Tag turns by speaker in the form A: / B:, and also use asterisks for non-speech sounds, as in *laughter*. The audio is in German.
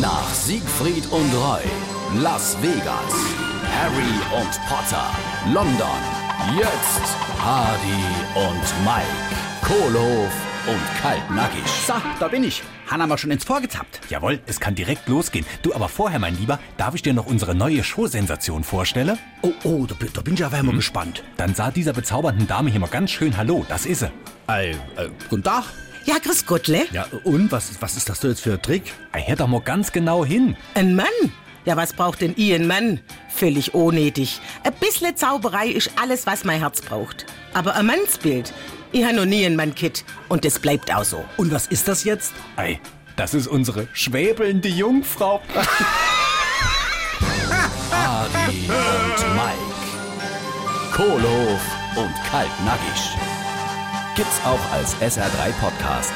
A: Nach Siegfried und Roy, Las Vegas, Harry und Potter, London, jetzt Hardy und Mike, Kohlehof und Kaltnackig.
B: So, da bin ich. Hanna mal schon ins Tor gezappt.
C: Jawohl, es kann direkt losgehen. Du, aber vorher, mein Lieber, darf ich dir noch unsere neue Showsensation vorstellen?
B: Oh, oh, da, bin- da bin ich aber immer gespannt.
C: Dann sah dieser bezaubernden Dame hier mal ganz schön Hallo, das ist sie.
B: Ey, äh, guten Tag.
D: Ja, grüß Gott, le?
B: Ja, und was, was ist das denn jetzt für ein Trick?
C: Ei, hör doch mal ganz genau hin.
D: Ein Mann? Ja, was braucht denn ihr ein Mann? Völlig unnötig. Ein bisschen Zauberei ist alles, was mein Herz braucht. Aber ein Mannsbild? Ich habe noch nie einen Mann, Kid. Und das bleibt auch so.
B: Und was ist das jetzt?
C: Ei, das ist unsere schwäbelnde Jungfrau. *laughs*
A: Hardy und Mike, Kohlehof und Kaltnackig. Gibt's auch als SR3 Podcast.